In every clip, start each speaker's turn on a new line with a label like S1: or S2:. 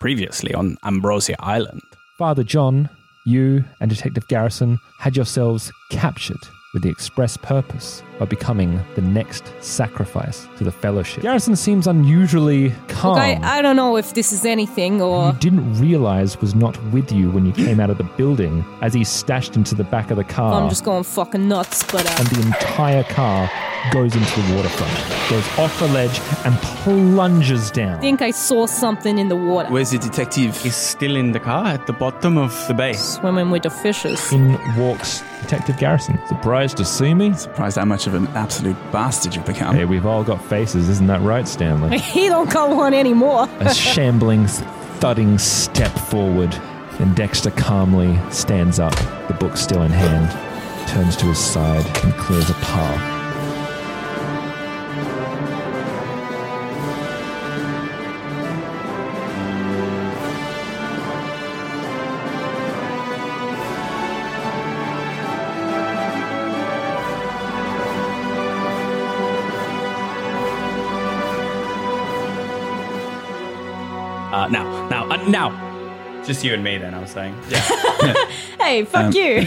S1: Previously on Ambrosia Island.
S2: Father John, you and Detective Garrison had yourselves captured with the express purpose of becoming the next sacrifice to the Fellowship. Garrison seems unusually calm.
S3: Look, I, I don't know if this is anything
S2: you
S3: or.
S2: didn't realize was not with you when you came out of the building as he stashed into the back of the car
S3: I'm just going fucking nuts, but
S2: and
S3: uh,
S2: the entire car goes into the waterfront goes off a ledge and plunges down
S3: I think I saw something in the water.
S4: Where's the detective? He's still in the car at the bottom of the bay.
S3: Swimming with the fishes.
S2: in walks detective garrison surprised to see me
S4: Surprised how much of an absolute bastard you've become.
S2: hey we've all got faces isn't that right stanley
S3: he don't come on anymore.
S2: a shambling thudding step forward and dexter calmly stands up the book still in hand turns to his side and clears a path
S1: Uh, now, now, uh, now.
S4: Just you and me then, I was saying.
S3: Hey, fuck you.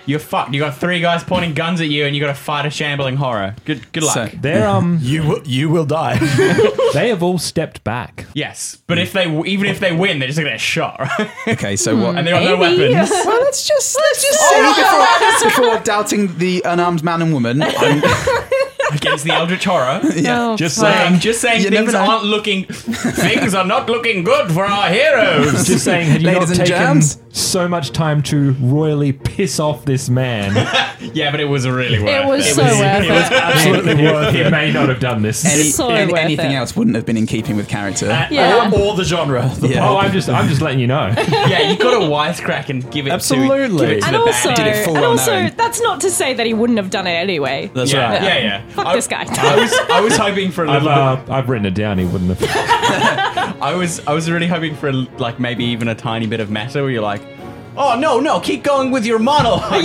S5: You're fucked. You got three guys pointing guns at you, and you got to fight a shambling horror. Good, good luck.
S4: So-
S2: they're um
S6: You will, you will die.
S2: they have all stepped back
S5: yes, but if they even if they win, they're just gonna get shot, right?
S4: Okay, so what?
S5: and they got no
S3: Maybe.
S5: weapons.
S4: Well, let's just let's just say before, before doubting the unarmed man and woman, I'm,
S5: against the Eldritch Horror.
S4: yeah,
S3: Oh,
S4: just
S5: So I'm just saying
S4: You never
S5: things
S4: know.
S5: aren't looking things are not looking good for our heroes.
S2: just saying, had you
S4: Ladies
S2: not
S4: and
S2: taken
S4: germs.
S2: so much time to royally piss off this man,
S5: yeah, but it was really worth it.
S3: It was so worth it.
S2: absolutely worth it. He may not have done this.
S4: any,
S3: so
S4: any-
S3: worth
S4: anything
S3: it.
S4: else wouldn't have been in keeping with character.
S3: Yeah.
S6: or the genre. The
S4: Yeah.
S2: oh, I'm just, I'm just letting you know.
S5: yeah, you got to wisecrack and give it to
S4: Absolutely.
S5: give it to
S3: And
S5: the bad.
S3: also,
S4: Did it full
S3: and
S4: well
S3: also,
S4: knowing.
S3: that's not to say that he wouldn't have done it anyway.
S4: That's
S5: yeah,
S4: right.
S5: Uh, yeah, yeah.
S3: Fuck
S5: I,
S3: this guy.
S5: I was I was hoping for a
S2: I've,
S5: little
S2: uh, I've written it down. He wouldn't have.
S5: bit. I was I was really hoping for like maybe even a tiny bit of matter where you're like. Oh no no! Keep going with your monologue.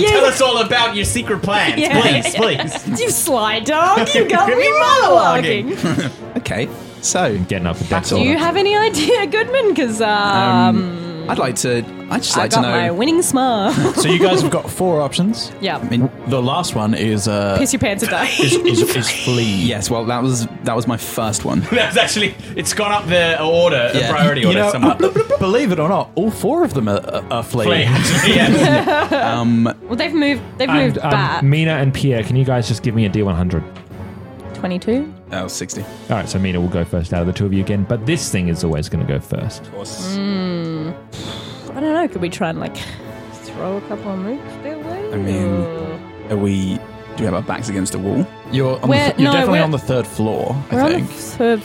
S3: Yeah.
S5: Tell us all about your secret plans,
S3: Yeah,
S5: please,
S3: yeah.
S5: please.
S3: you sly dog. You got
S5: Give
S3: me
S5: me monologuing.
S3: monologuing.
S4: Okay, so
S2: Getting up a deck
S3: Do you
S2: order.
S3: have any idea, Goodman? Because um,
S4: I'd like to. I'd just
S3: I
S4: like
S3: got
S4: to know.
S3: my winning smile.
S6: So you guys have got four options.
S3: yeah.
S4: I mean,
S6: The last one is uh,
S3: Piss your pants or die.
S6: is, is, is flee.
S4: yes. Well, that was that was my first one.
S5: That was actually it's gone up the order, the
S4: Yeah.
S5: priority
S6: You
S5: order
S6: know,
S5: somewhat.
S6: believe it or not, all four of them are, are flee.
S5: Play, actually, yeah.
S3: Well, they've moved. They've moved
S2: And, um,
S3: back.
S2: Mina and Pierre, can you guys just give me a D100?
S3: Twenty-two.
S4: Oh, 60.
S2: All right, so Mina will go first out of the two of you again, but this thing is always going to go first.
S3: I don't know. Could we try and like throw a couple of moves their way?
S4: I mean, Are we? Do we have our backs against a wall?
S6: You're, on the
S3: We're-
S6: th- you're
S3: no,
S6: definitely
S3: we're-
S6: on the third floor,
S3: we're
S6: I
S3: on
S6: think.
S3: the third.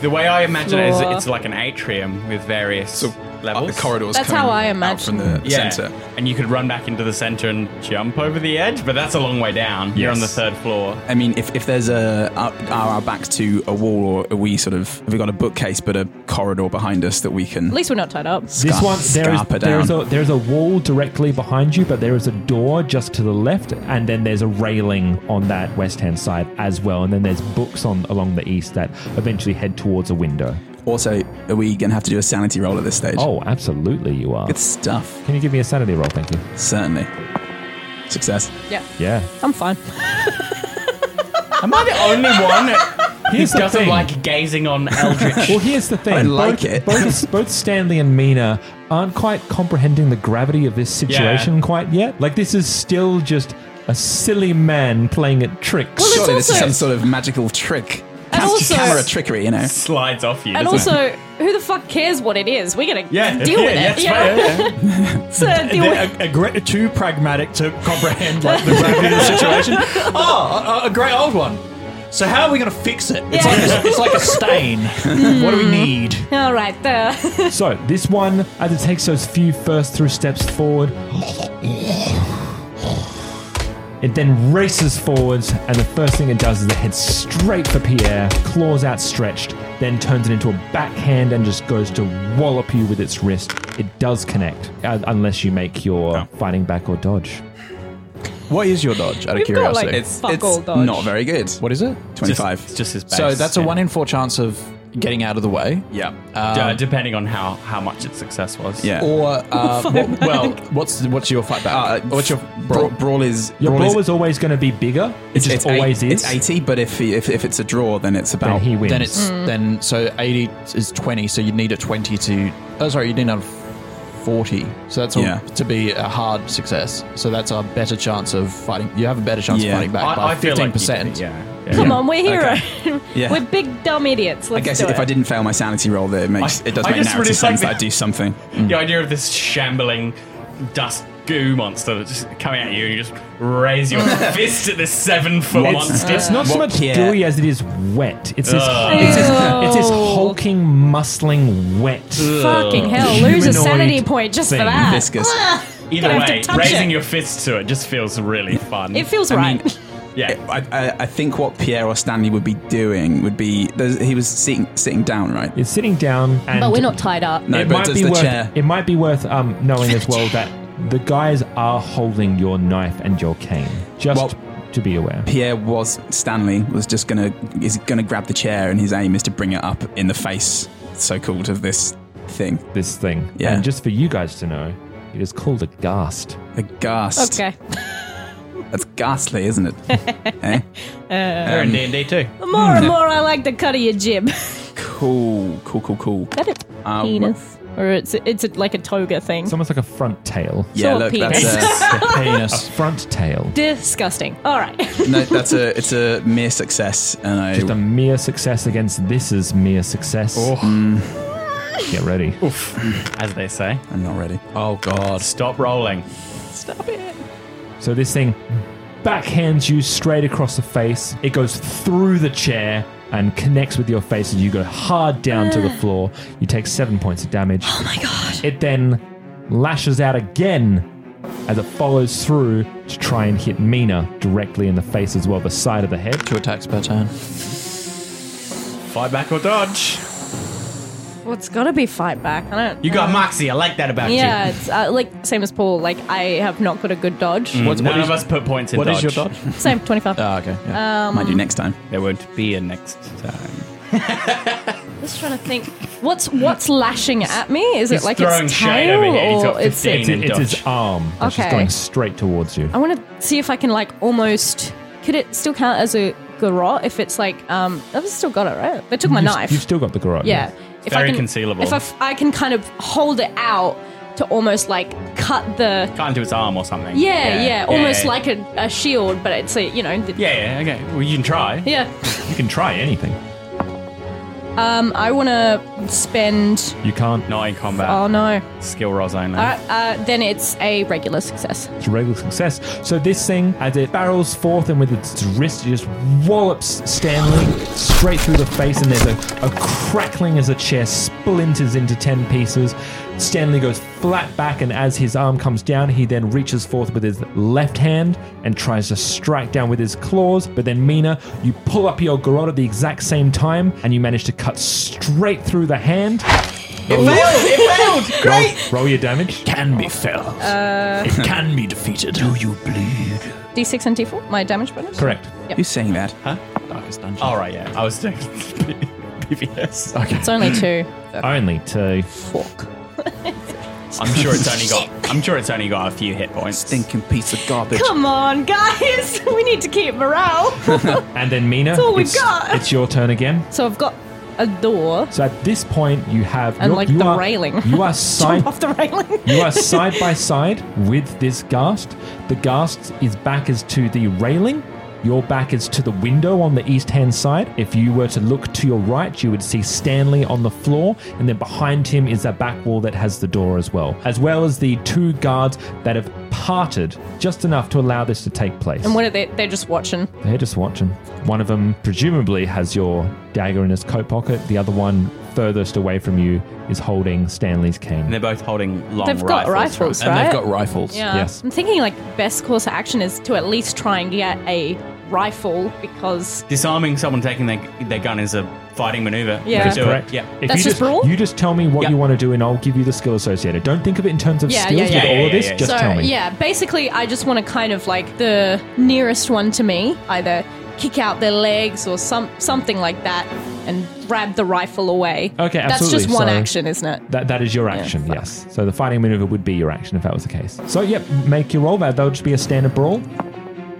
S5: The way I imagine it is
S3: Floor.
S6: uh,
S5: it's like an atrium with various levels.
S4: the corridors That's coming how I out imagine. from the center.
S5: and you could run back into the center and jump over the edge, but that's a long way down. You're on the
S4: Yes.
S5: third floor.
S4: I mean, if, if there's a are, are our backs to a wall, or are we sort of have we got a bookcase but a corridor behind us that we can?
S3: At least we're not tied up.
S2: This one, there is,
S4: scarper
S2: there, is
S4: down.
S2: a, there is a wall directly behind you, but there is a door just to the left, and then there's a railing on that west hand side as well, and then there's books on along the east that eventually head towards a window.
S4: Also, are we going to have to do a sanity roll at this stage?
S2: Oh, absolutely, you are.
S4: Good stuff.
S2: Can you give me a sanity roll? Thank you.
S4: Certainly. Success.
S3: Yeah.
S2: Yeah.
S3: I'm fine.
S5: Am I the only one who
S2: Here's the
S5: doesn't
S2: thing.
S5: like gazing on Eldritch?
S2: well, here's the thing.
S5: I like
S2: both,
S5: it.
S2: both, both Stanley and Mina aren't quite comprehending the gravity of this situation quite yet. Like, this is still just a silly man playing at tricks.
S4: Surely this is some sort of magical trick.
S3: And
S4: Cam-
S3: also-
S4: camera trickery, you know.
S5: Slides off you.
S3: And also, who the fuck cares what it is? We're gonna deal with it. you know? So deal with
S6: They're a- a great- too pragmatic to comprehend like the gravity of the situation. Oh, a, a great old one. So how are we going to fix it? It's, like, a, it's like a stain. what do we need?
S3: All right, there.
S2: so this one, as it takes those few first three steps forward, it then races forwards, and the first thing it does is it heads straight for Pierre, claws outstretched, then turns it into a backhand and just goes to wallop you with its wrist. It does connect, uh, unless you make your fighting back or dodge.
S4: What is your dodge? Out
S3: We've got, like,
S4: it's
S3: fuck
S4: it's
S3: all dodge.
S4: not very good. What
S6: is it?
S4: Twenty-five.
S5: Just- it's just his base.
S6: So that's a
S5: yeah.
S6: one in four chance of getting out of the way.
S5: Yeah.
S4: Uh,
S6: Um,
S5: D- depending on how, how much its success was.
S6: Or uh,
S5: Fight
S6: what-
S5: back.
S6: well, what's what's your fight back? what's your
S4: Brawl, brawl is
S2: Your
S4: brawl
S2: brawl
S4: is
S2: is always going to be bigger. It
S4: it's,
S2: just
S4: it's eight-
S2: always is.
S4: It's eighty, but if, he, if if it's a draw, then it's about
S2: Then he wins.
S6: Then it's then so eighty is twenty. So you need a twenty to. Oh, sorry, you need a forty. So that's a,
S4: Yeah.
S6: to be a hard success. So that's a better chance of fighting. You have a better chance
S4: Yeah.
S6: of fighting back
S4: I-
S6: by
S4: I feel
S6: fifteen
S4: like you-
S6: percent.
S4: yeah,
S3: Come on, we're heroes.
S4: Yeah.
S3: We're big dumb idiots.
S4: I
S3: Let's
S4: guess
S3: do
S4: if
S3: it.
S4: I didn't fail my sanity roll, there it makes
S5: I-
S4: it does
S5: I
S4: make
S5: just
S4: narrative
S5: really like
S4: sense
S5: the-
S4: that I do something.
S5: The idea of this shambling dust goo monster that's just coming at you and you just raise your fist at this seven foot monster.
S2: It's not so much gooey as it is wet. It's this,
S5: Ugh.
S2: it's this,
S5: Ew.
S2: it's this
S3: Oh.
S2: hulking, muscling, wet.
S3: Fucking hell, lose a
S2: humanoid
S3: sanity point just for
S2: thing.
S3: that.
S5: Either
S3: Gonna have to
S5: way,
S3: touch
S5: raising
S3: it.
S5: your fist to it just feels really fun.
S3: It feels right.
S5: yeah.
S4: I, I, I think what Pierre or Stanley would be doing would be there's- he was sitting sitting down, right?
S2: It's sitting down, and
S3: but we're not tied up.
S4: No,
S2: it
S4: but
S2: might
S4: does
S2: be
S4: the
S2: worth
S4: chair-
S2: it might be worth um, knowing as well that the guys are holding your knife and your cane, just to be aware.
S4: Pierre was Stanley was just gonna is gonna grab the chair, and his aim is to bring it up in the face, so called, of this thing.
S2: This thing,
S4: yeah,
S2: And just for you guys to know, it is called a ghast.
S4: a ghast.
S3: Okay.
S4: That's ghastly, isn't it? eh?
S5: They're in D&D too.
S4: Hmm.
S3: The more and more I like the cut of your jib.
S4: Cool, cool, cool, cool.
S3: that is
S4: Uh,
S3: penis. Or it's it's like a toga thing.
S2: It's almost like a front tail.
S4: Yeah,
S3: Sort of
S4: look,
S3: penis.
S4: that's
S2: a
S6: penis.
S2: A front tail.
S3: Disgusting. All right.
S4: a no, that's a it's a mere success, and I
S2: Just a mere success against this is mere success.
S4: Mm,
S2: Get ready.
S5: As they say.
S4: I'm not ready.
S6: Oh god.
S5: Stop rolling.
S3: Stop it.
S2: So this thing backhands you straight across the face. It goes through the chair and connects with your face as you go hard down to the
S3: Ah.
S2: floor. You take seven points of damage. Oh my god. It then lashes out again as it follows through to try and hit Mina directly in the face as well, the side of the head.
S6: Two attacks per turn.
S5: Fight back or dodge.
S3: Well, it's gotta be fight back. I don't.
S5: You got Moxie. I like that about
S3: Yeah,
S5: you.
S3: it's uh, like same as Paul. Like I have not got a good dodge.
S5: Mm,
S6: What's- what
S5: none
S6: is-
S5: of us put points in
S6: What
S5: dodge.
S6: is your dodge?
S3: Same twenty five.
S6: Oh, okay. yeah.
S3: um,
S4: Might do next time.
S5: There won't be a next uh, time.
S3: Just trying to think. What's what's lashing at me? Is it
S5: He's
S3: like
S5: throwing
S3: its
S5: shade
S3: tail
S5: at me.
S3: or
S5: He's got
S3: it's
S5: 15
S3: it?
S2: It's,
S5: in
S2: it's
S5: dodge.
S2: its arm. That's just
S3: Okay.
S2: going straight towards you.
S3: I want to see if I can like almost. Could it still count as a garrote if it's like um? I've still got it right. They took my
S2: You've-
S3: knife.
S2: You've still got the garage.
S3: yeah.
S5: very concealable.
S3: If I, f- I can kind of hold it out to almost like cut the.
S5: Cut into its arm or something.
S3: Yeah, yeah, almost
S5: yeah.
S3: like a, a shield, but it's a you know. The,
S5: Yeah, yeah, okay. Well, you can try.
S3: Yeah.
S2: You can try anything.
S3: Um, I want to spend.
S2: You can't.
S5: Not in combat.
S3: Oh no.
S5: Skill rolls only.
S3: All right, uh, then it's a regular success.
S2: It's a regular success. So this thing, as it barrels forth and with its wrist, it just wallops Stanley straight through the face, and there's a, a crackling as the chair splinters into ten pieces. Stanley goes flat back, and as his arm comes down, he then reaches forth with his left hand and tries to strike down with his claws. But then, Mina, you pull up your garrote at the exact same time, and you manage to cut straight through the hand.
S5: It failed! It failed!
S2: Roll-
S5: Great!
S2: Roll, your damage. It
S6: can be fell.
S3: Uh,
S6: It can be defeated. Do you bleed?
S3: D6 and D4, my damage bonus.
S2: Correct.
S3: Yep.
S4: Who's saying that?
S5: Huh?
S6: Oh,
S5: Darkest dungeon. All right, yeah. I was doing PVS. Okay.
S3: It's only two.
S2: Only two.
S3: Fuck.
S5: I'm sure it's only got. I'm sure it's only got a few hit points. Stinking
S4: piece of garbage.
S3: Come on, guys! We need to keep morale.
S2: and then, Mina,
S3: That's all we've
S2: it's-
S3: got.
S2: it's your turn again.
S3: so I've got a door
S2: So at this point, you have
S3: and
S2: you're-
S3: like
S2: you
S3: the
S2: are-
S3: railing.
S2: You are
S3: Jump
S2: side
S3: off the railing.
S2: you are side by side with this ghast. The ghast is back is to the railing. Your back is to the window on the east hand side. If you were to look to your right, you would see Stanley on the floor, and then behind him is that back wall that has the door as well, as well as the two guards that have parted just enough to allow this to take place.
S3: And what are they? They're just watching.
S2: They're just watching. One of them presumably has your dagger in his coat pocket. The other one, furthest away from you, is holding Stanley's cane.
S5: And they're both holding long Uh,
S3: They've got rifles, right? Yeah.
S2: Yes.
S3: I'm thinking like best course of action is to at least try and get a rifle because
S5: Disarming someone taking their, their gun is a fighting maneuver.
S3: Yeah.
S5: They do it.
S2: Correct.
S5: Yeah.
S2: If you just you just tell me what you want to do, and I'll give you the skill associated. Don't think of it in terms of
S3: Yeah,
S2: skills
S3: yeah, yeah.
S2: with
S3: Yeah,
S2: all
S5: yeah,
S2: of this.
S5: yeah, yeah.
S2: Just
S3: so
S2: tell me.
S3: yeah. Basically, I just want to kind of like the nearest one to me either kick out their legs or some something like that and grab the rifle away.
S2: Okay,
S3: That's
S2: absolutely.
S3: just one
S2: So-
S3: action, isn't it?
S2: That that is your action. yes. So the fighting maneuver would be your action if that was the case. So yep, make your roll. That that'll just be a standard brawl.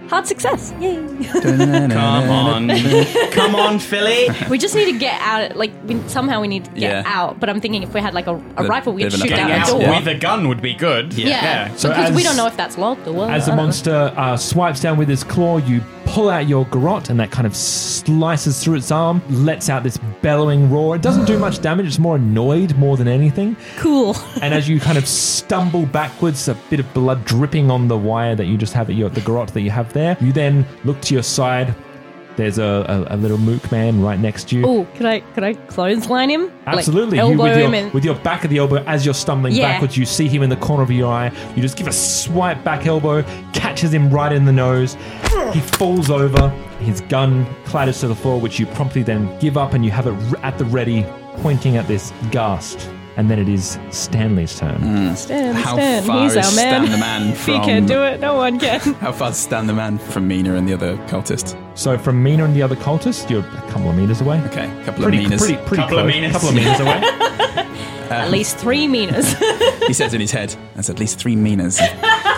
S3: Hard success. Yay.
S4: Eh,
S5: Come on. Come on, Philly.
S3: We just need to get out. Like we, somehow we need to get
S5: Yeah.
S3: out. But I'm thinking if we had like a, a rifle, we could shoot
S5: Getting
S3: out
S5: out
S3: the door.
S5: with a gun would be good.
S3: Yeah,
S2: So
S3: because we
S2: as-
S3: don't know if that's locked or what.
S2: As the monster uh, swipes down with his claw, you pull out your garrote, and that kind of slices through its arm, lets out this bellowing roar. It doesn't do much damage; it's more annoyed more than anything.
S3: Cool.
S2: and as you kind of stumble backwards, a bit of blood dripping on the wire that you just have at your the garrote that you have there. You then look to your side. There's a, a, a little mook man right next to you.
S3: Oh, could I could I clothesline him? Like,
S2: Absolutely. you,
S3: elbow
S2: with, your,
S3: him and
S2: with your back of the elbow, as you're stumbling
S3: Yeah.
S2: backwards, you see him in the corner of your eye. You just give a swipe back elbow, catches him right in the nose. He falls over. His gun clatters to the floor, which you promptly then give up, and you have it r- at the ready, pointing at this ghast. And then it is Stanley's turn.
S4: Mm.
S3: Stan,
S4: How
S3: Stan,
S4: far
S3: he's
S4: is
S3: our man.
S4: Stan the man
S3: If
S4: from- uh,
S3: He can do it. No one can.
S4: How far stand the man from Mina and the other cultist?
S2: So from Mina and the other cultist, you're a couple of meters away.
S4: Okay, a couple
S2: pretty,
S4: of Minas.
S2: Pretty, pretty
S4: Couple of
S2: close.
S4: Minas.
S2: Couple of meters away.
S3: At least three meters.
S4: he says in his head, "That's at least three Minas.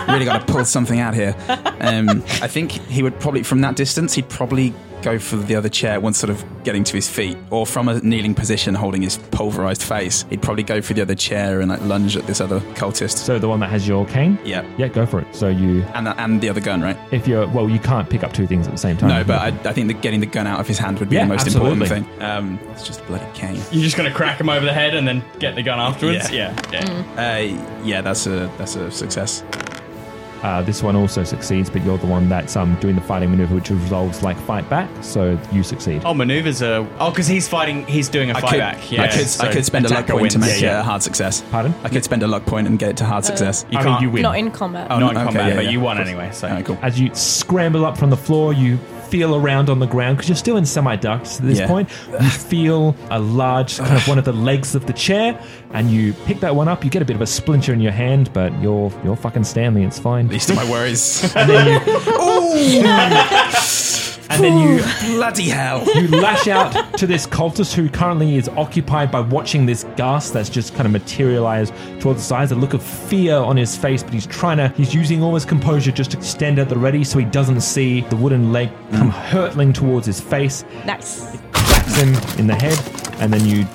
S4: really got to pull something out here." Um, I think he would probably, from that distance, he'd probably go for the other chair once sort of getting to his feet, or from a kneeling position holding his pulverized face, he'd probably go for the other chair and like lunge at this other cultist.
S2: So the one that has your cane.
S4: Yeah.
S2: Yeah, go for it. So you,
S4: And the, and the other gun, right?
S2: if you're well, you can't pick up two things at the same time.
S4: No, but I, I think that getting the gun out of his hand would be
S2: Yeah,
S4: the most
S2: absolutely.
S4: important thing. Um, it's just a bloody cane.
S5: You're just going to crack him over the head and then get the gun afterwards?
S4: Yeah.
S5: Yeah. yeah.
S4: Uh, yeah, that's a that's a success.
S2: Uh, this one also succeeds, but you're the one that's um, doing the fighting maneuver, which resolves like fight back. So you succeed.
S5: Oh, maneuvers are. Oh, because he's fighting. He's doing a
S4: I
S5: fight
S4: could,
S5: back. Yeah.
S4: I could, I
S5: so
S4: could spend a luck
S5: attacker
S4: point to
S5: wins.
S4: make it a hard success.
S2: Pardon?
S4: I could spend a luck point and get it to hard success.
S5: You I mean, can't- you win.
S3: Not in combat.
S4: Oh,
S5: not in
S4: okay,
S5: combat,
S4: yeah,
S5: but
S4: yeah.
S5: you won anyway. So
S4: Alright, cool.
S2: As you scramble up from the floor, you feel around on the ground because you're still in semi-ducts at this
S4: Yeah.
S2: point. You feel a large kind of one of the legs of the chair, and you pick that one up. You get a bit of a splinter in your hand, but you're you're fucking Stanley. It's fine.
S4: At least of my worries.
S2: And then you, and then you
S4: Bloody hell.
S2: you lash out to this cultist who currently is occupied by watching this ghast that's just kind of materialized towards his eyes. A look of fear on his face, but he's trying to, he's using all his composure just to stand at the ready so he doesn't see the wooden leg come hurtling towards his face,
S3: nice.
S2: claps him in the head, and then you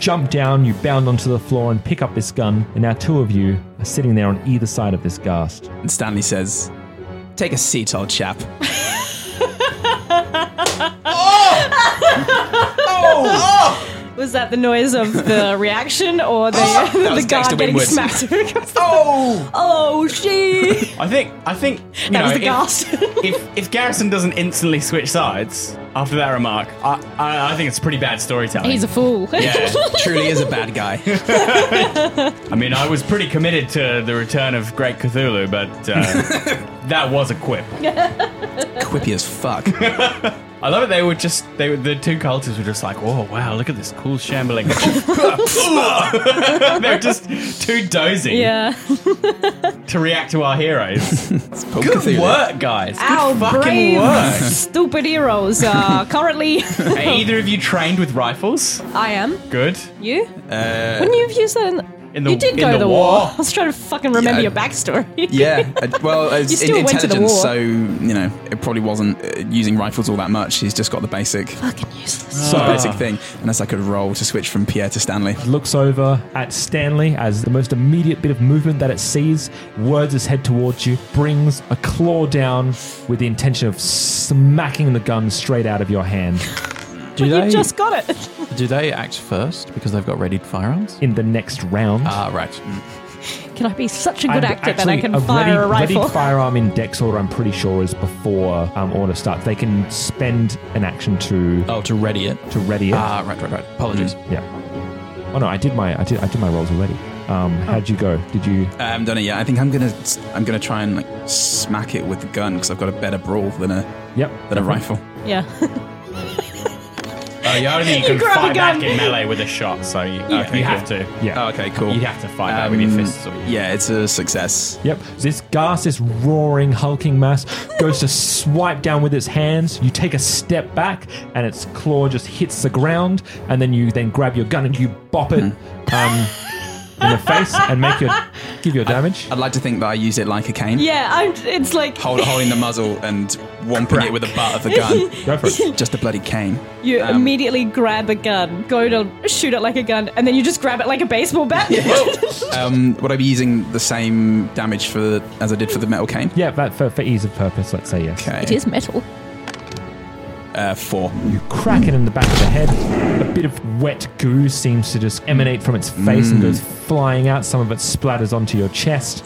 S2: jump down, you bound onto the floor and pick up this gun. And now two of you are sitting there on either side of this ghast.
S4: And Stanley says, Take a seat, old chap.
S5: Oh!
S3: Was that the noise of the reaction or the, the
S5: was
S3: guard
S5: Dexter
S3: getting
S5: Windward.
S3: smacked? oh! Oh, she!
S5: I think I think
S3: That
S5: you know,
S3: was the
S5: if,
S3: gasp.
S5: if if Garrison doesn't instantly switch sides after that remark, I I, I think it's pretty bad storytelling.
S3: He's a fool.
S5: yeah, is a bad guy. I mean, I was pretty committed to the return of Great Cthulhu, but uh, that was a quip. Quippy as fuck. I love it. They were just they were, the two cultists were just like, oh wow, look at this cool shambling. They're just too dozy
S3: Yeah.
S5: to react to our heroes. Good
S4: Cthulhu.
S5: work, guys. Good
S3: Our
S5: fucking
S3: brave,
S5: work.
S3: stupid heroes are currently.
S5: Are either of you trained with rifles?
S3: I am.
S5: Good.
S3: You?
S4: Uh,
S3: Wouldn't you have used that in.
S4: in the-
S3: you did go
S4: in
S3: to
S4: the
S3: the war.
S4: war.
S3: I was trying to fucking remember
S4: Yeah.
S3: your backstory.
S4: yeah, uh, well,
S3: You
S4: it's in
S3: still went to the
S4: intelligence,
S3: war.
S4: so you know it probably wasn't uh, using rifles all that much. He's just got the basic,
S3: fucking useless,
S4: so
S2: Ah.
S4: basic thing. Unless I could roll to switch from Pierre to Stanley.
S2: Looks over at Stanley as the most immediate bit of movement that it sees, words its head towards you, brings a claw down with the intention of smacking the gun straight out of your hand.
S7: Do
S3: you
S7: they
S3: just got it.
S7: do they act first because they've got readied firearms
S2: in the next round?
S7: Ah, right.
S5: Mm.
S3: Can I be such a good
S2: And
S3: actor that I
S2: actually,
S3: can fire a
S2: ready-
S3: rifle?
S2: Ready firearm in Dex order, I'm pretty sure, is before um, order starts. They can spend an action to
S7: oh to ready it
S2: to ready it.
S7: Ah, right, right, right. Apologies.
S5: Mm.
S2: Yeah. Oh no, I did my I did I did my rolls already. Um, how'd you go? Did you?
S4: I haven't done it yet. I think I'm gonna I'm gonna try and like smack it with the gun because I've got a better brawl than a
S2: yep
S4: than a rifle.
S3: yeah.
S5: Oh, you only
S3: You
S5: can
S3: grab a
S5: fight
S3: gun.
S5: back in melee with a shot, so you,
S4: Okay,
S5: you have
S4: cool.
S5: to.
S2: Yeah.
S4: Oh, okay, cool.
S5: You have to fight back with your
S4: Um,
S5: fists. Or
S4: Yeah, it's a success.
S2: Yep. So this gas, this roaring, hulking mass, goes to swipe down with its hands. You take a step back, and its claw just hits the ground, and then you then grab your gun and you bop it um, in the face and make your give your damage.
S4: I'd like to think that I used it like a cane.
S3: Yeah, I'm, it's like.
S4: Hold, holding the muzzle and whomping it with the butt of the gun.
S3: Go for it.
S4: Just a bloody cane.
S3: You
S4: Um,
S3: immediately grab a gun, go to shoot it like a gun, and then you just grab it like a baseball bat.
S4: um, would I be using the same damage for as I did for the metal cane?
S2: Yeah, but for, for ease of purpose, let's say yes.
S4: Okay.
S3: metal.
S4: Uh, four.
S2: You crack it in the back of the head. A bit of wet goo seems to just emanate from its face and
S4: Mm.
S2: goes flying out. Some of it splatters onto your chest.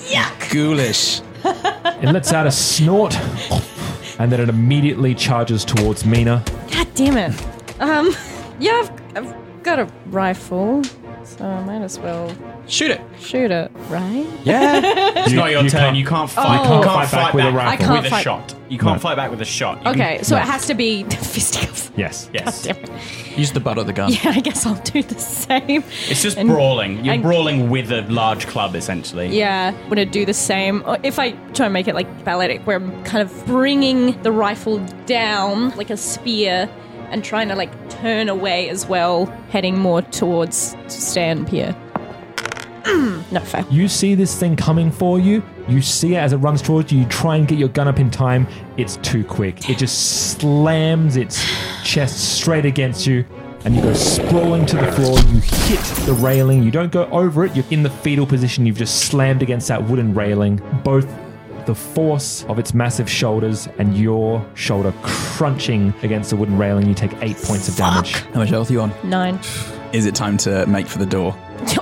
S4: Ghoulish.
S2: It lets out a snort, and then it immediately charges towards Mina.
S3: God damn it. Um, yeah, I've, I've got a rifle, so I might as well
S4: Shoot it.
S3: shoot it, right?
S5: Oh, It's
S2: You-
S5: not your
S2: you
S5: turn.
S2: can't-
S5: You
S3: Oh.
S5: can't
S2: you
S5: fight.
S2: can't
S5: you can't
S2: fight
S5: fight,
S2: back with a rifle.
S3: I can't
S5: with a
S3: fight-
S5: shot. You can't
S2: No.
S5: fight back with a shot. You
S3: Okay,
S5: can-
S3: so it has to be fisticuffs.
S2: Yes.
S5: Yes.
S3: God damn it.
S7: Use the butt of the gun.
S3: Yeah, I guess I'll do the same.
S5: It's just
S3: And-
S5: brawling. You're
S3: and-
S5: brawling with a large club, essentially.
S3: Yeah, I'm gonna do the same. Or If I try and make it like balletic, where I'm kind of bringing the rifle down like a spear and trying to like turn away as well, heading more towards Stan Pierre. no fair.
S2: You see this thing coming for you. You see it as it runs towards you. You try and get your gun up in time. It's too quick. It just slams its chest straight against you, and you go sprawling to the floor. You hit the railing. You don't go over it. You're in the fetal position. You've just slammed against that wooden railing. Both the force of its massive shoulders and your shoulder crunching against the wooden railing. You take eight points of damage.
S4: How much health are you on?
S3: Nine.
S4: Is it time to make for the door?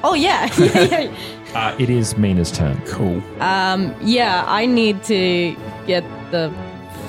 S3: Oh yeah. yeah,
S2: Uh, it is Mina's turn.
S4: Cool.
S3: yeah. Um, yeah, I need to get the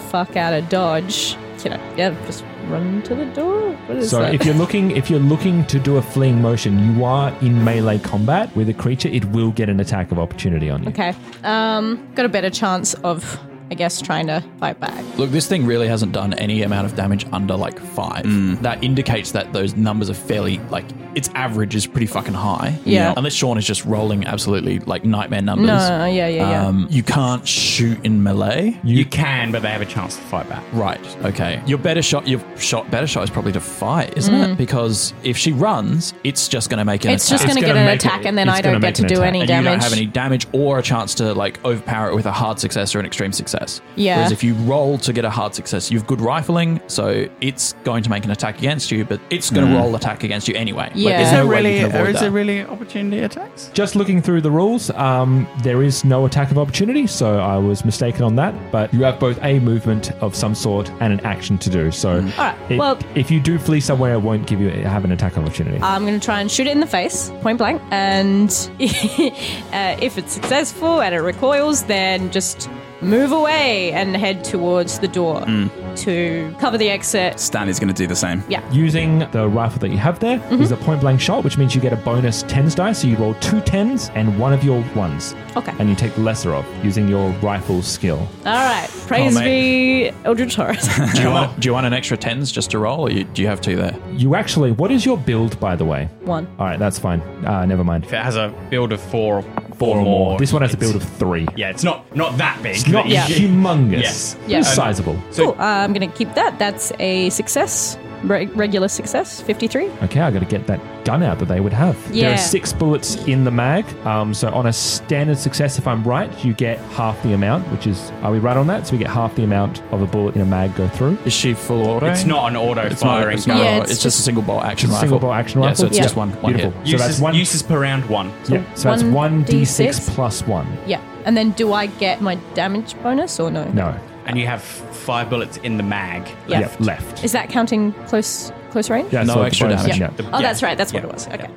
S3: fuck out of dodge. Can I? Yeah, just run to the door. What is
S2: So
S3: that?
S2: if you're looking if you're looking to do a fleeing motion, you are in melee combat with a creature, it will get an attack of opportunity on you.
S3: Okay. Um, got a better chance of, I guess, trying to fight back.
S7: Look, this thing really hasn't done any amount of damage under like five.
S4: Hmm.
S7: That indicates that those numbers are fairly like its average is pretty fucking high.
S3: Yeah.
S7: Unless Sean is just rolling absolutely like nightmare numbers.
S3: No, no, no, Uh, yeah, yeah, yeah.
S7: Um, you can't shoot in melee.
S5: You, can, but they have a chance to fight back.
S7: Right. Okay. Your better shot, your shot, better shot is probably to fight, isn't it? Because if she runs, it's just going to make an
S3: Mm. It's
S7: attack.
S3: just going to get an attack, and then I don't get to do any
S7: and you
S3: damage.
S7: don't have any damage or a chance to like overpower it with a hard success or an extreme success. success.
S3: Yeah.
S7: Whereas if you roll to get a hard success, you've good rifling, so it's going to make an attack against you, but it's going to
S2: Mm.
S7: roll attack against you anyway. Like,
S5: Hmm. is
S7: there's
S5: there
S7: no way you
S5: really
S7: can avoid
S5: or is
S7: that.
S5: there really opportunity attacks?
S2: Just looking through the rules, um, there is no attack of opportunity, so I was mistaken on that. But you have both a movement of some sort and an action to do. So,
S3: Alright,
S2: it-
S3: Mm-hmm. well- Uh,
S2: if you do flee somewhere, it won't give you have an attack of opportunity.
S3: I'm going to try and shoot it in the face, point blank. And uh, if it's successful and it recoils, then just move away and head towards the door
S4: Mm.
S3: to cover the exit.
S4: Stan is going to do the same.
S3: Yeah.
S2: Using the rifle that you have there is
S3: Mm-hmm.
S2: a point blank shot, which means you get a bonus tens die. So you roll two tens and one of your ones.
S3: Okay.
S2: And you take the lesser of using your rifle skill.
S3: All right. Praise
S7: Oh,
S3: be Eldritch Horrors.
S7: do, you want, do you want an extra tens just to roll, or you, do you have two there?
S2: You actually, what is your build, by the way?
S3: One.
S2: All right, that's fine. Uh, never mind.
S5: If it has a build of four, four,
S2: Four or more.
S5: more.
S2: This one has a build of three.
S5: Yeah, it's not not that big.
S2: It's not
S5: but you-
S2: humongous.
S5: Yes.
S3: Yeah.
S2: It's sizable.
S3: cool. Uh, I'm going to keep that. That's a success, reg- regular success, 53.
S2: Okay, I got to get that gun out that they would have. There
S3: Yeah.
S2: are six bullets in the mag. Um, so on a standard success, if I'm right, you get half the amount, which is are we right on that? So we get half the amount of a bullet in a mag go through.
S7: Is she full
S3: uh,
S7: auto?
S5: It's not an auto
S7: It's not-
S5: firing.
S7: it's not
S5: gun.
S7: an auto, it's, just a single bolt action
S2: Just a
S7: rifle.
S2: single bolt action
S7: Yeah, so
S2: rifle?
S7: it's
S2: Yeah.
S7: just one, one hit.
S2: Beautiful. So
S5: Uses,
S2: that's one-
S5: uses per round one.
S2: yeah, so that's one d6 plus one.
S3: Yeah. And then do I get my damage bonus or no?
S2: No.
S5: And you have five bullets in the mag.
S3: Yeah.
S2: Yep, left.
S3: Is that counting close close range?
S2: Yeah, No so the extra bonus, damage. yeah.
S3: Yeah.
S2: The-
S3: Oh,
S2: yeah.
S3: that's right. That's what it was. Okay.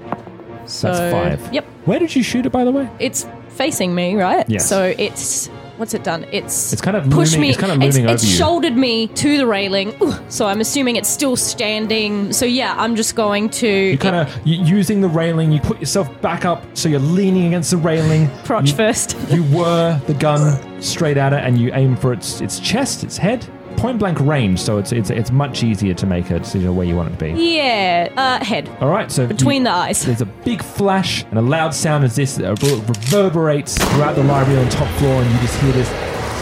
S3: So
S2: that's five.
S3: Yep.
S2: Where did you shoot it, by the way?
S3: It's facing me, right?
S2: Yes.
S3: So it's what's it done? It's
S2: It's kind of
S3: pushed
S2: looming-
S3: me.
S2: it's kind of
S3: it's,
S2: looming
S3: it's
S2: over you.
S3: shouldered me to the railing. Ooh, so I'm assuming it's still standing. So yeah, I'm just going to
S2: You kind of using the railing. You put yourself back up, so you're leaning against the railing.
S3: Crotch
S2: you,
S3: first.
S2: you whir the gun straight at it, and you aim for its its chest, its head, point blank range. So it's it's it's much easier to make a decision where you want it to be.
S3: yeah, uh, head.
S2: All right, so
S3: Between the eyes.
S2: There's a big flash and a loud sound as this uh, re- reverberates throughout the library on top floor, and you just hear this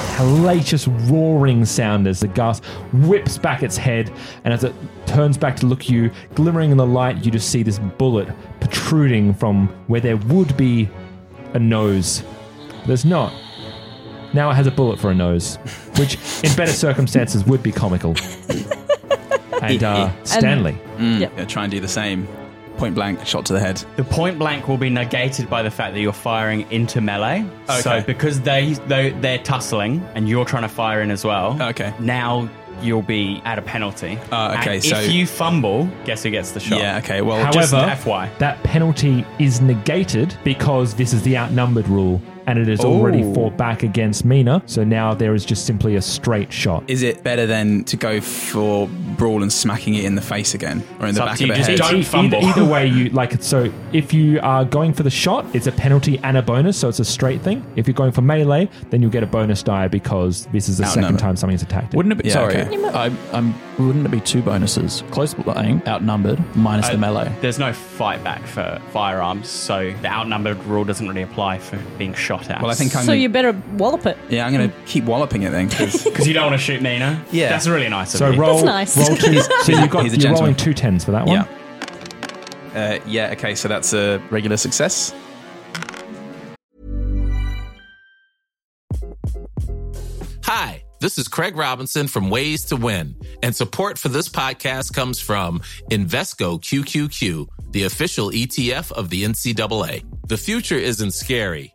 S2: hellacious roaring sound as the gas whips back its head, and as it turns back to look at you, glimmering in the light, you just see this bullet protruding from where there would be a nose. There's not. Now it has a bullet for a nose, which in better circumstances would be comical. And uh, Stanley.
S4: Mm, yeah, try and do the same. Point blank, shot to the head.
S5: The point blank will be negated by the fact that you're firing into melee.
S4: Okay.
S5: So because they, they they're tussling and you're trying to fire in as well. Okay. Now you'll be at a penalty.
S4: Uh, okay,
S5: And
S4: so-
S5: if you fumble, guess who gets the shot?
S4: Yeah, okay, well-
S5: however,
S4: Just an
S5: FY.
S2: that penalty is negated because this is the outnumbered rule and it has already
S4: Ooh.
S2: fought back against Mina. So now there is just simply a straight shot.
S4: Is it better than to go for brawl and smacking it in the face again, or in
S5: It's
S4: the
S5: up
S4: back
S5: to
S4: of
S5: you,
S4: the
S5: just
S4: head?
S5: don't fumble.
S2: Either, either way, you like it. So if you are going for the shot, it's a penalty and a bonus, so it's a straight thing. If you're going for melee, then you'll get a bonus die because this is the second
S7: Outnumbered.
S2: time something's attacked.
S7: Wouldn't it be sorry? I, I'm. Wouldn't it be two bonuses? Close playing, outnumbered, minus the
S5: Uh,
S7: melee.
S5: There's no fight back for firearms, so the outnumbered rule doesn't really apply for being shot at.
S4: Well, I think I'm.
S3: so you better wallop it.
S4: yeah, I'm going to keep walloping it then. Cause,
S5: because you don't want to shoot Mina.
S4: Yeah.
S5: that's really nice. Of
S2: So
S5: you.
S2: roll,
S3: nice.
S2: roll two.
S4: He's-
S2: so you've got
S4: he's a
S2: you're
S4: gentleman.
S2: rolling two tens for that one.
S4: Yeah. uh, yeah. Okay. So that's a regular success.
S8: Hi, this is Craig Robinson from Ways to Win, and support for this podcast comes from Invesco QQQ, the official ETF of the NCAA. The future isn't scary,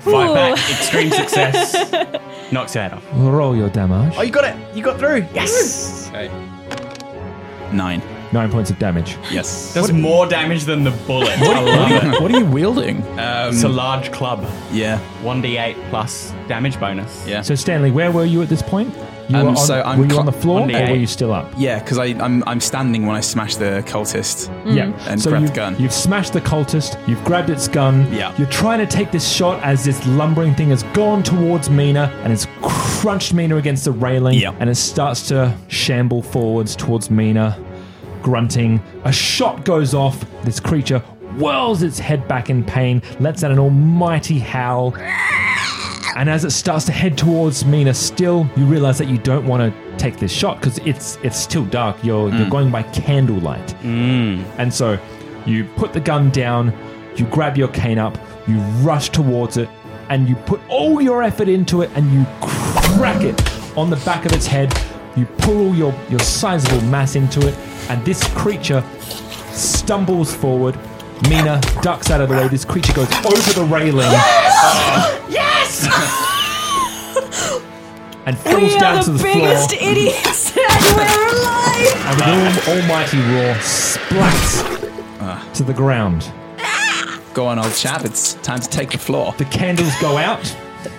S5: Fight back, extreme success. Knocks your head off.
S2: Roll your damage.
S5: Oh, you got it. You got through. Yes.
S4: Nine.
S2: Nine points of damage.
S4: Yes.
S5: Does more damage than the bullet.
S2: What are you-
S5: I love it.
S2: what are you wielding?
S5: it's a large club.
S4: Uh, Yeah.
S5: 1d8 plus damage bonus.
S4: Yeah.
S2: So Stanley, where were you at this point? You
S4: Um,
S2: were on,
S4: so I'm
S2: were you
S4: cl-
S2: on the floor,
S4: on
S2: or
S4: the
S2: were
S4: eight.
S2: you still up?
S4: Yeah, because I'm I'm standing when I smash the cultist.
S2: Yeah.
S4: And
S2: Mm-hmm. so
S4: grab
S2: you,
S4: the gun.
S2: You've smashed the cultist. You've grabbed its gun.
S4: Yeah.
S2: You're trying to take this shot as this lumbering thing has gone towards Mina and has crunched Mina against the railing.
S4: Yeah.
S2: And it starts to shamble forwards towards Mina, grunting. A shot goes off. This creature whirls its head back in pain, lets out an almighty howl. And as it starts to head towards Mina, still you realize that you don't want to take this shot because it's it's still dark. You're you're
S6: Mm.
S2: going by candlelight, and so you put the gun down, you grab your cane up, you rush towards it, and you put all your effort into it, and you crack it on the back of its head. You pull all your your sizable mass into it, and this creature stumbles forward. Mina ducks out of the way. This creature goes over the railing. Ah!
S9: Yes!
S2: and falls down to the floor.
S9: idiots we're alive!
S2: And with an almighty roar, splats to the ground.
S4: Go on, old chap. It's time to take the floor.
S2: The candles go out.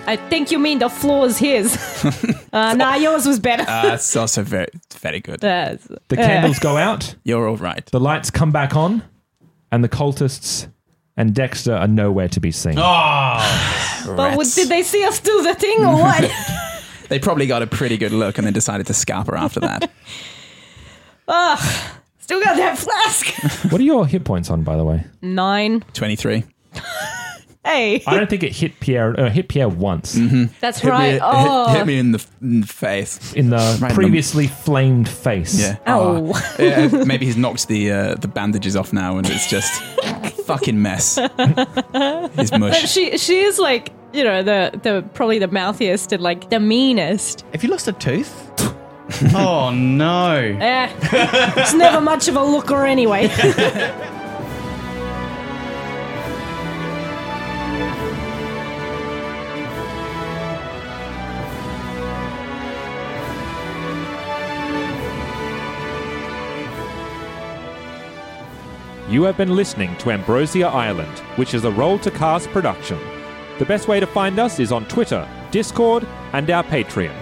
S3: I think you mean the floor is his. uh, nah, yours was better.
S4: Uh, that's also very very good.
S3: Uh,
S2: The
S3: uh,
S2: candles go out.
S4: You're all right.
S2: The lights come back on, and the cultists and Dexter are nowhere to be seen.
S4: Ah. Oh,
S3: But what, did they see us do the thing or what?
S4: they probably got a pretty good look and then decided to scalper after that.
S3: Ugh, still got that flask.
S2: What are your hit points on, by the way?
S3: Nine.
S4: Twenty-three.
S3: Hey.
S2: I don't think it hit Pierre. Uh, hit Pierre once.
S4: Mm-hmm.
S3: That's Hit me- right. hit- Oh.
S4: Hit me in the, in the face.
S2: In the
S4: Right in the-
S2: previously flamed face.
S4: Yeah.
S3: Oh.
S4: Yeah, maybe he's knocked the uh, the bandages off now, and it's just fucking mess. It's mush.
S3: But she she is like you know the the probably the mouthiest and like the meanest.
S5: Have you lost a tooth? oh no.
S3: Eh, it's never much of a looker anyway.
S10: You have been listening to Ambrosia Island, which is a Roll to Cast production. The best way to find us is on Twitter, Discord, and our Patreon.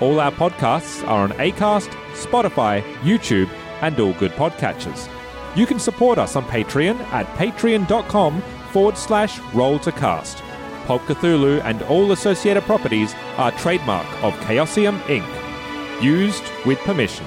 S10: All our podcasts are on Acast, Spotify, YouTube, and all good podcatchers. You can support us on Patreon at patreon.com forward slash roll to cast. Pulp Cthulhu and all associated properties are trademark of Chaosium Inc. Used with permission.